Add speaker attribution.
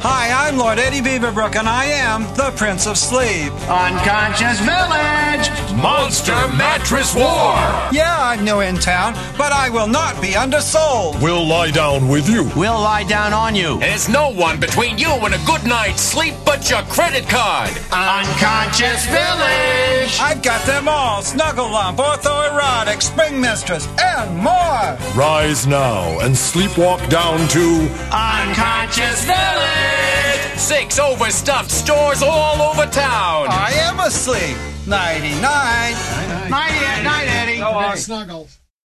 Speaker 1: Hi, I'm Lord Eddie Beaverbrook, and I am the Prince of Sleep.
Speaker 2: Unconscious Village!
Speaker 3: Monster Mattress War!
Speaker 1: Yeah, I'm new in town, but I will not be undersold.
Speaker 4: We'll lie down with you.
Speaker 2: We'll lie down on you.
Speaker 3: There's no one between you and a good night's sleep but your credit card.
Speaker 2: Unconscious Village!
Speaker 1: I've got them all Snuggle Lump, Orthoerotic, Spring Mistress, and more.
Speaker 4: Rise now and sleepwalk down to
Speaker 2: Unconscious Village!
Speaker 3: Six overstuffed stores all over town.
Speaker 1: I am asleep. Nighty night.
Speaker 2: Night, night, Eddie.
Speaker 5: Snuggles.